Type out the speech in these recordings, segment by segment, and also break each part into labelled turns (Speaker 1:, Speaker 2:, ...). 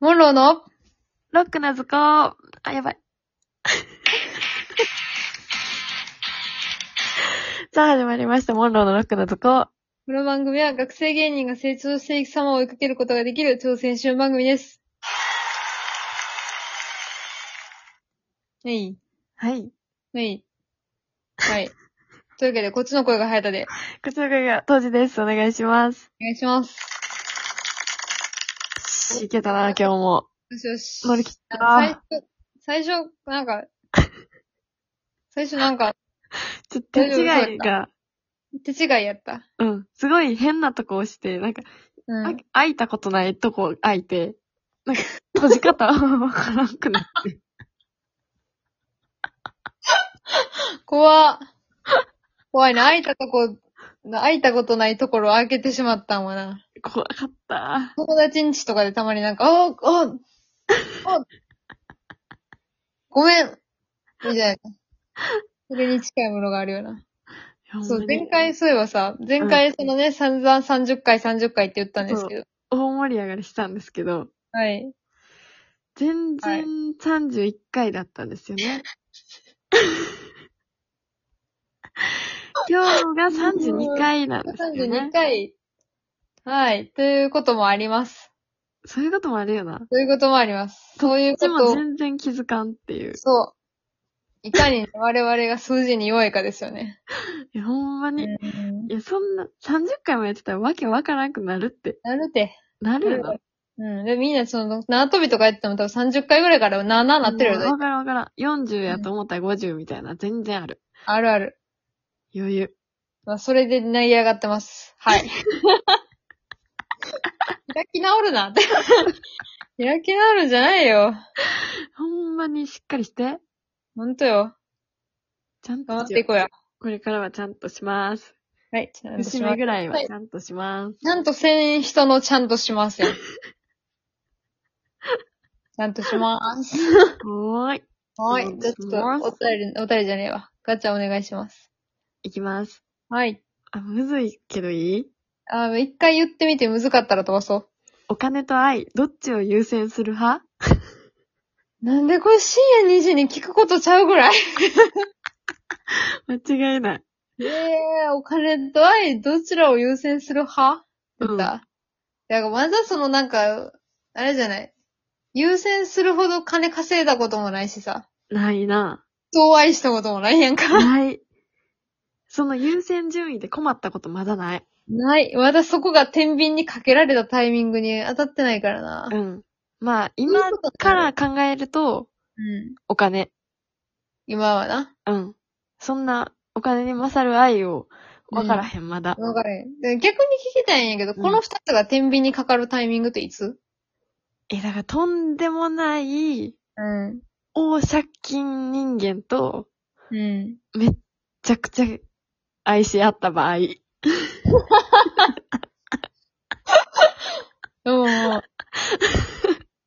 Speaker 1: モンローの
Speaker 2: ロックな図工。あ、やばい。 さあ、始まりました。モンローのロックな図工。
Speaker 1: この番組は学生芸人が成長していく様を追いかけることができる挑戦集番組です。えい、
Speaker 2: はい。
Speaker 1: えい。はい。というわけで、こっちの声が早田で、
Speaker 2: こちらが当時です。お願いします。
Speaker 1: お願いします。
Speaker 2: いけたな、今日も。
Speaker 1: よしよし。
Speaker 2: 乗り切った
Speaker 1: 最
Speaker 2: な。
Speaker 1: 初、最初、なんか、最初なんか、
Speaker 2: ちょっと手違いが、
Speaker 1: 手違いやった。
Speaker 2: うん。すごい変なとこ押して、なんか、
Speaker 1: う
Speaker 2: あ
Speaker 1: ん。
Speaker 2: 開いたことないとこ開いて、なんか、閉じ方 わからんくなって。
Speaker 1: 怖っ怖いな。開いたとこ、開いたことないところを開けてしまったんわな。
Speaker 2: 怖かった。
Speaker 1: 友達ん家とかでたまになんか、ああ、ああ、ごめんみたいな。それに近いものがあるよな。そう、前回、そういえばさ、前回そのね、散々30回30回って言ったんですけど。
Speaker 2: 大盛り上がりしたんですけど、
Speaker 1: はい。
Speaker 2: 全
Speaker 1: はい
Speaker 2: 然31回だったんですよね。今日が32回なんですよ
Speaker 1: 32
Speaker 2: ね。
Speaker 1: 回。はい。ということもあります。
Speaker 2: そういうこともあるよな。
Speaker 1: ということもあります。そういう
Speaker 2: こっち
Speaker 1: こ
Speaker 2: も
Speaker 1: とを、
Speaker 2: 全然気づかんっていう。
Speaker 1: そう。いかにね我々が数字に弱いかですよね。
Speaker 2: いや、ほんまに。い
Speaker 1: うん。
Speaker 2: や、そんな、30回もやってたらわけわからなくなるって。
Speaker 1: なるて。
Speaker 2: なるよな。
Speaker 1: うん。で、みんなその、縄跳びとかやってても多分30回ぐらいからな、な、なってるよね
Speaker 2: うんわからんわからん。40やと思ったら50みたいな、全然ある。
Speaker 1: あるある。
Speaker 2: 余裕。
Speaker 1: まあ、それで成り上がってます。 はい。開き直るな。 開き直るんじゃないよ。
Speaker 2: ほんまにしっかりして。
Speaker 1: ほんとよ。
Speaker 2: ちゃんとしよ
Speaker 1: 頑
Speaker 2: う。
Speaker 1: 張っていこうや。
Speaker 2: これからはちゃんとします。
Speaker 1: はい。ちゃんと
Speaker 2: 節
Speaker 1: しま
Speaker 2: 目
Speaker 1: す。
Speaker 2: ぐらいは
Speaker 1: はい
Speaker 2: ちゃんとします。
Speaker 1: ちゃんとせん人のちゃんとしますよ。 ちゃんとします。
Speaker 2: はーい。
Speaker 1: は
Speaker 2: ちゃ
Speaker 1: い。
Speaker 2: ん
Speaker 1: じゃ
Speaker 2: と
Speaker 1: あ
Speaker 2: し
Speaker 1: ちょっ
Speaker 2: ます
Speaker 1: と、お便り、お便りじゃねえわ。ガチャお願いします。
Speaker 2: いきます。
Speaker 1: はい。
Speaker 2: あ、むずいけどいい
Speaker 1: あ、一回言ってみて難かったら飛ばそ
Speaker 2: お金と愛、どっちを優先する派
Speaker 1: う。なんでこれ深夜2時に聞くことちゃうぐらい
Speaker 2: 間違いない。
Speaker 1: ええお金と愛、どちらを優先する派
Speaker 2: うん
Speaker 1: だった。だからまだそのなんか、あれじゃない。優先するほど金稼いだこともないしさ。
Speaker 2: ない な。
Speaker 1: 人を愛したこともないやんか。
Speaker 2: ない。その優先順位で困ったことまだない。
Speaker 1: ない。まだそこが天秤にかけられたタイミングに当たってないからな
Speaker 2: う。ん。まあ、今から考えると、
Speaker 1: うん。
Speaker 2: お金。
Speaker 1: 今はな。
Speaker 2: うん。そんな、お金に勝る愛を、わからへん、まだ。
Speaker 1: わかる。で逆に聞きたいんやけど、
Speaker 2: うん
Speaker 1: この二つが天秤にかかるタイミングっていつ
Speaker 2: え、だから、とんでもない、
Speaker 1: うん。
Speaker 2: 大借金人間と、
Speaker 1: うん。
Speaker 2: めっちゃくちゃ愛し合った場合。
Speaker 1: で ももう。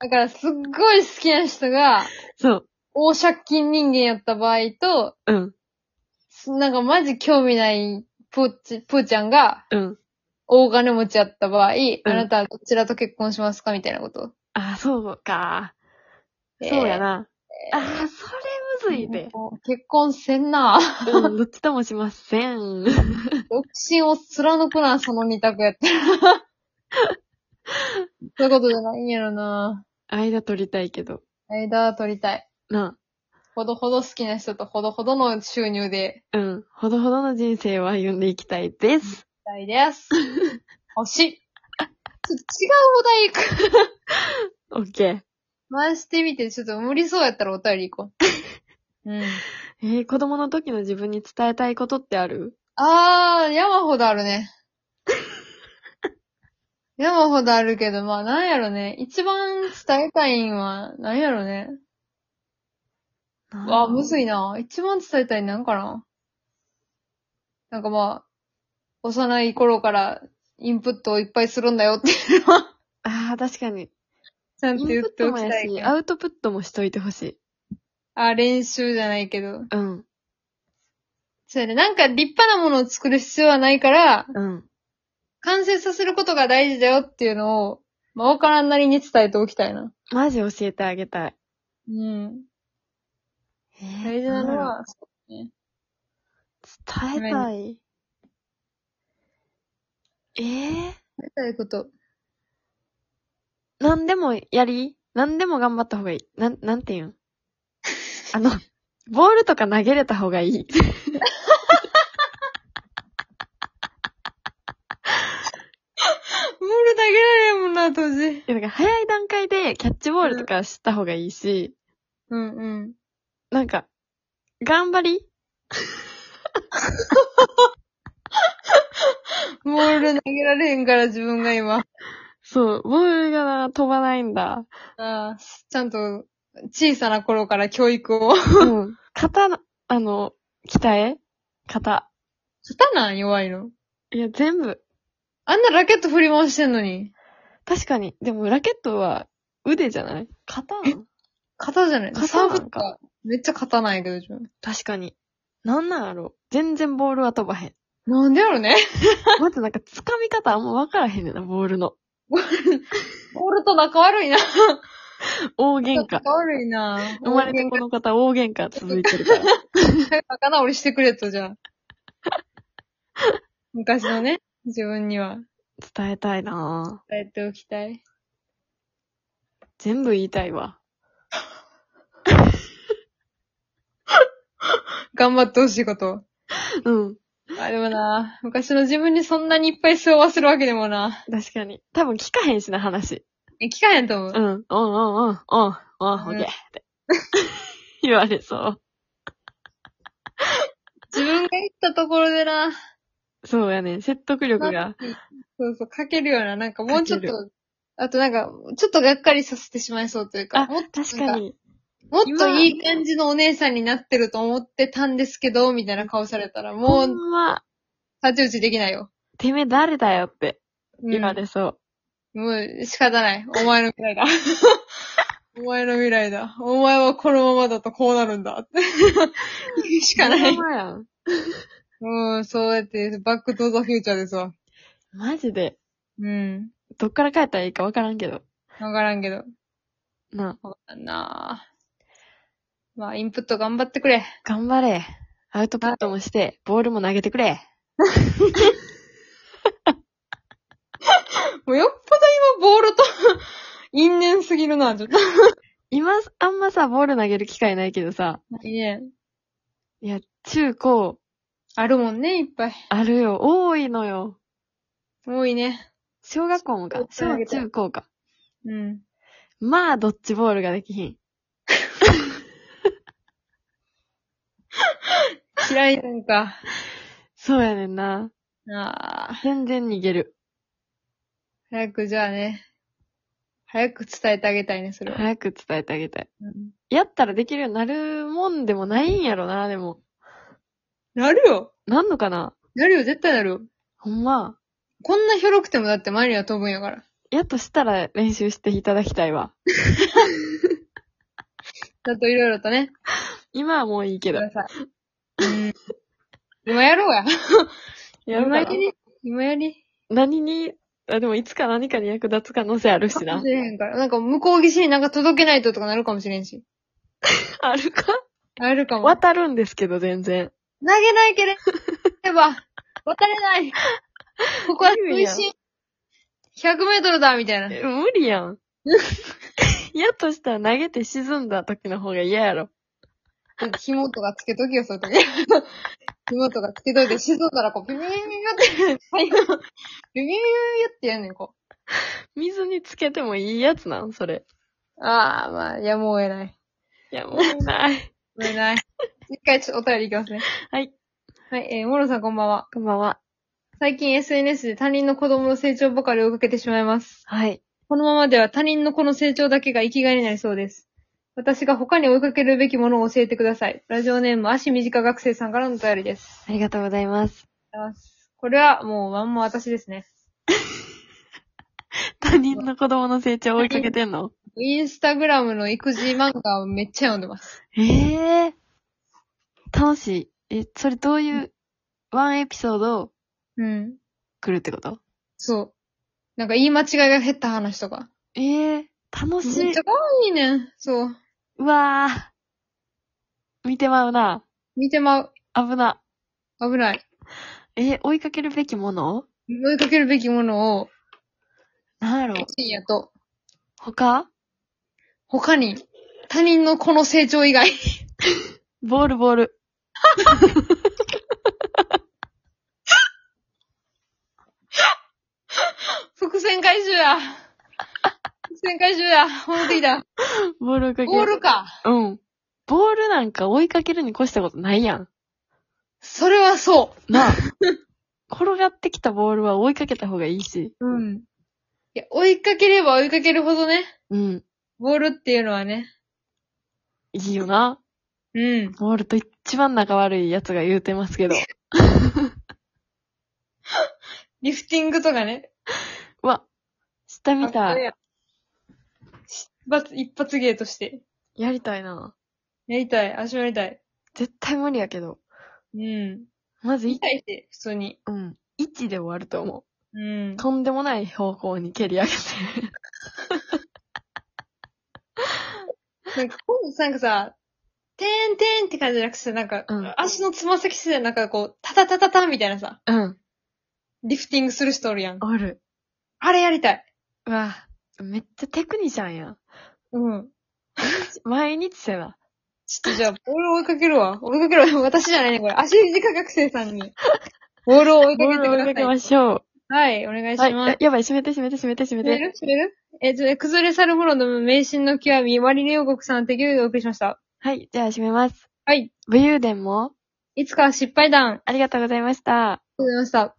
Speaker 1: だからすっごい好きな人が、
Speaker 2: そう。
Speaker 1: 大借金人間やった場合と、
Speaker 2: うん。
Speaker 1: すなんかマジ興味ないプーチ、プーちゃんが
Speaker 2: うん。
Speaker 1: 大金持ちやった場合、あなたはどちらと結婚しますかみたいなこと。
Speaker 2: あ、そうか。そうやな。あー、それむずいで。
Speaker 1: もう結婚せんな。
Speaker 2: うん、どっちともしません。
Speaker 1: 独身を貫くな、その二択やったら。 そういうことじゃないんやろな。
Speaker 2: 間取りたいけど。
Speaker 1: 間は取りたい。
Speaker 2: な
Speaker 1: ほどほど好きな人とほどほどの収入で、
Speaker 2: あ。うん。ほどほどの人生を歩んでいきたいです。
Speaker 1: たい です。星。ちょっと違うお題行く。
Speaker 2: オッケ
Speaker 1: 回してみて、ちょっと無理そうやったらお便り行こ う。うん。
Speaker 2: ー。えー、子供の時の自分に伝えたいことってある
Speaker 1: あー、山ほどあるね。山ほどあるけど、まあなんやろね。一番伝えたいんは、なんやろね。あー、むず
Speaker 2: い。
Speaker 1: いな。一番伝えたいんなんかな。なんかまあ、幼い頃からインプットをいっぱいするんだよっていうのは、
Speaker 2: ああ、確かに。
Speaker 1: ちゃん
Speaker 2: イ
Speaker 1: と
Speaker 2: ン
Speaker 1: 言
Speaker 2: プ
Speaker 1: っ
Speaker 2: ッ
Speaker 1: て
Speaker 2: ト
Speaker 1: お
Speaker 2: も
Speaker 1: き
Speaker 2: や
Speaker 1: たい
Speaker 2: し、
Speaker 1: け
Speaker 2: ア
Speaker 1: ど。
Speaker 2: ウトプットもしといてほしい。
Speaker 1: あ、練習じゃないけど。
Speaker 2: うん。
Speaker 1: そうやね。なんか立派なものを作る必要はないから、
Speaker 2: うん。
Speaker 1: 完成させることが大事だよっていうのを、まあ、わからんなりに伝えておきたいな。
Speaker 2: マジ教えてあげたい。
Speaker 1: うん。
Speaker 2: えー
Speaker 1: 大事なの
Speaker 2: なんだろう
Speaker 1: は、
Speaker 2: 伝えたい。えー、
Speaker 1: やりたいこと。
Speaker 2: 何でもやり何でも頑張った方がいい。なん、なんて言うんあの、ボールとか投げれた方がい い。
Speaker 1: ボール投げられんもんな、当時。
Speaker 2: なんか早い段階でキャッチボールとかした方がいいし、
Speaker 1: うんうん。
Speaker 2: なんか、頑張り
Speaker 1: ボール投げられへんから、自分が今。
Speaker 2: そう、ボールがな、飛ばないん だ。
Speaker 1: ああ、ちゃんと、小さな頃から教育 を。
Speaker 2: うん。肩の、あの、鍛え肩。
Speaker 1: 肩なん弱いの。
Speaker 2: いや、全部。
Speaker 1: あんなラケット振り回してんのに。
Speaker 2: 確かに。でも、ラケットは腕じゃない肩なん
Speaker 1: 肩じゃない
Speaker 2: 肩
Speaker 1: サーブ
Speaker 2: な
Speaker 1: と
Speaker 2: んか
Speaker 1: か、めっちゃ肩ないけど、自分。
Speaker 2: 確かに。なんなんやろう全然ボールは飛ば へん。
Speaker 1: なんでやろね。
Speaker 2: まずなんか、掴み方あんま分からへんねんな、ボールの。
Speaker 1: ボールと仲悪いな。
Speaker 2: 大喧嘩。
Speaker 1: 仲悪いな。
Speaker 2: 生まれてこの方、大喧嘩続いてるから。
Speaker 1: 仲直りしてくれと、 じゃあ。昔のね、自分には
Speaker 2: 伝えたいなぁ。
Speaker 1: 伝えておきたい。
Speaker 2: 全部言いたいわ。
Speaker 1: 頑張ってほしいこと。
Speaker 2: うん。
Speaker 1: あ、でもな、昔の自分にそんなにいっぱい背負わせるわけでもな。
Speaker 2: 確かに。多分聞かへんしな、話。
Speaker 1: え、聞かへんと思う
Speaker 2: う。ん、うん、うん、うん、うん、うん、オッケーって。 言われそ
Speaker 1: 自分が言ったところでな、
Speaker 2: う。そうやね、説得力が。
Speaker 1: そうそう、書けるような、なんかもうちょっ
Speaker 2: 書け
Speaker 1: と、あとなんか、ちょっとがっかりさせてしまいそうというか、
Speaker 2: あ
Speaker 1: もっと、
Speaker 2: 確かに。
Speaker 1: もっといい感じのお姉さんになってると思ってたんですけど、みたいな顔されたら、も
Speaker 2: ほ
Speaker 1: う、
Speaker 2: んま、
Speaker 1: 太刀打ちできないよ。
Speaker 2: てめえ誰だよって
Speaker 1: うん
Speaker 2: 言われそう。
Speaker 1: もう仕方ない。お前の 未来だ。お前の未来だ。お前はこのままだとこうなるんだ。って言うしかない
Speaker 2: ほん。まやん。
Speaker 1: うん、そうやって、バックトゥザフューチャーですわ。
Speaker 2: マジで、
Speaker 1: うん。
Speaker 2: どっから帰ったらいいか分からんけど。
Speaker 1: わからんけど。
Speaker 2: な
Speaker 1: そうだなぁまあ、インプット頑張ってくれ。
Speaker 2: あ、頑張れ。アウトプットもして、ボールも投げてくれ。
Speaker 1: もうよっぽど今、ボールと、 因縁すぎるな、ちょっと。
Speaker 2: 今、あんまさ、ボール投げる機会ないけどさ、
Speaker 1: いえ。
Speaker 2: いや、中高、
Speaker 1: あるもんね、いっぱい。
Speaker 2: あるよ。多いのよ。
Speaker 1: 多いね。
Speaker 2: 小学校もか。
Speaker 1: そう
Speaker 2: 小中高か。
Speaker 1: うん。
Speaker 2: まあ、ドッジボールができひん。
Speaker 1: 嫌いなんか。
Speaker 2: そうやねんな。
Speaker 1: ああ。
Speaker 2: 全然逃げる。
Speaker 1: 早くじゃあね。早く伝えてあげたいね、それは。
Speaker 2: 早く伝えてあげたい。
Speaker 1: うん
Speaker 2: やったらできるようになるもんでもないんやろな、でも。
Speaker 1: なるよ
Speaker 2: なんのかな
Speaker 1: なるよ、絶対なるよ。
Speaker 2: ほんま。
Speaker 1: こんなひょろくてもだって前には飛ぶんやから。
Speaker 2: やっとしたら練習していただきたいわ。
Speaker 1: ちゃんといろいろとね。
Speaker 2: 今はもういいけ
Speaker 1: く
Speaker 2: ど。
Speaker 1: ださい。うん。今やろうや。
Speaker 2: やる
Speaker 1: 今や
Speaker 2: かな
Speaker 1: り。今やり。
Speaker 2: 何に、あ、でもいつか何かに役立つ可能性 あるしな
Speaker 1: 出。へんから。なんか向こう岸になんか届けないととかなるかもしれんし。
Speaker 2: あるか
Speaker 1: あるかも。投
Speaker 2: 渡るんですけど、全然。
Speaker 1: げないければ、渡れない。ここは水深100メートルだみたいな。
Speaker 2: え無理やん。 やっとしたら投げて沈んだ時の方が嫌やろ。
Speaker 1: 紐とかつけときよ、そういう時。紐とかつけといて、沈んだらこう、ビビビビビって、最後、ビビビビビってやんねん、こ
Speaker 2: 水につけてもいいやつなんそれ。
Speaker 1: う。ああ、まあ、やむを得ない。
Speaker 2: いや、もうな
Speaker 1: や
Speaker 2: い。
Speaker 1: むを得ない。一回ちょっとお便りいきますね。
Speaker 2: はい。
Speaker 1: はい、えー、モロさんこんばんは。
Speaker 2: こんばんは。
Speaker 1: 最近 SNS で他人の子供の成長ばかり追いかけてしまいます。
Speaker 2: はい。
Speaker 1: このままでは他人の子の成長だけが生きがいになりそうです。私が他に追いかけるべきものを教えてください。ラジオネーム、足短学生さんからのお便りです。
Speaker 2: ありがとうございます。
Speaker 1: ありがとうございますこれはもうまんま私ですね。
Speaker 2: 他人の子供の成長追いかけてん の
Speaker 1: インスタグラムの育児漫画をめっちゃ読んでます。
Speaker 2: ええ楽しい。え、それどういう、ワンエピソードを
Speaker 1: うん。
Speaker 2: 来るってこと
Speaker 1: そなんか言い間違いが減った話とか。
Speaker 2: ええ楽し
Speaker 1: め
Speaker 2: い
Speaker 1: っち。ゃ可愛いねん。そう。
Speaker 2: うわあ。見てまうな。
Speaker 1: 見てまう。
Speaker 2: 危な。
Speaker 1: 危ない。
Speaker 2: えー追いかけるべきもの
Speaker 1: 追いかけるべきものを、
Speaker 2: なんやろ
Speaker 1: 深夜と、
Speaker 2: 他
Speaker 1: 他に、他人のこの成長以外。
Speaker 2: ボールボール。
Speaker 1: 伏線回収や。伏線回収や。戻ってき た。
Speaker 2: ボール追いかける。
Speaker 1: ボールか。
Speaker 2: うん。ボールなんか追いかけるに越したことないやん。
Speaker 1: それはそ
Speaker 2: なあ。転がってきたボールは追いかけた方がいいし。
Speaker 1: う。うん。いや、追いかければ追いかけるほどね、
Speaker 2: うん。
Speaker 1: ボールっていうのはね。
Speaker 2: いいよな。
Speaker 1: うん。
Speaker 2: ボールと一番仲悪いやつが言うてますけど。
Speaker 1: リフティングとかね。
Speaker 2: うわ。下見たい。
Speaker 1: い。し一発、一発芸として。
Speaker 2: やりたいな。
Speaker 1: やりたい。足もやりたい。
Speaker 2: 絶対無理やけど。
Speaker 1: うん。
Speaker 2: まずい、
Speaker 1: 痛いし、普通に。
Speaker 2: うん。1で終わると思
Speaker 1: うん
Speaker 2: う。。とんでもない方向に蹴り上げて。
Speaker 1: なんか、今度なんかさ、てーんてーんって感じじゃなくてさ、なんか、
Speaker 2: うん
Speaker 1: 足のつま先すでなんかこう、タタタタタンみたいなさ、
Speaker 2: うん。
Speaker 1: リフティングする人おるやん。
Speaker 2: おる。
Speaker 1: あれやりたい。
Speaker 2: うわ。めっちゃテクニシャンやん。
Speaker 1: うん。
Speaker 2: 毎日せな。
Speaker 1: ちょっとじゃあ、ボールを追いかけるわ。追いかけるわ。私じゃないね、これ。足短学生さん に。ボールを追いか
Speaker 2: ボ
Speaker 1: け
Speaker 2: ー
Speaker 1: て
Speaker 2: ル追いか
Speaker 1: く
Speaker 2: け
Speaker 1: ださい。
Speaker 2: ましょ。
Speaker 1: はい、お願いうし
Speaker 2: は
Speaker 1: ます。
Speaker 2: い。ややばい、閉めて閉めて閉めて閉め
Speaker 1: 知って
Speaker 2: て。
Speaker 1: る知ってるえっとね、崩れ去る頃の迷信の極み、マリレオ国さんの適用でお送りしました。
Speaker 2: はい、じゃあ閉めます。
Speaker 1: はい。
Speaker 2: 武勇伝も
Speaker 1: いつかは失敗談。ありが
Speaker 2: ありがとうございました。
Speaker 1: とうございました。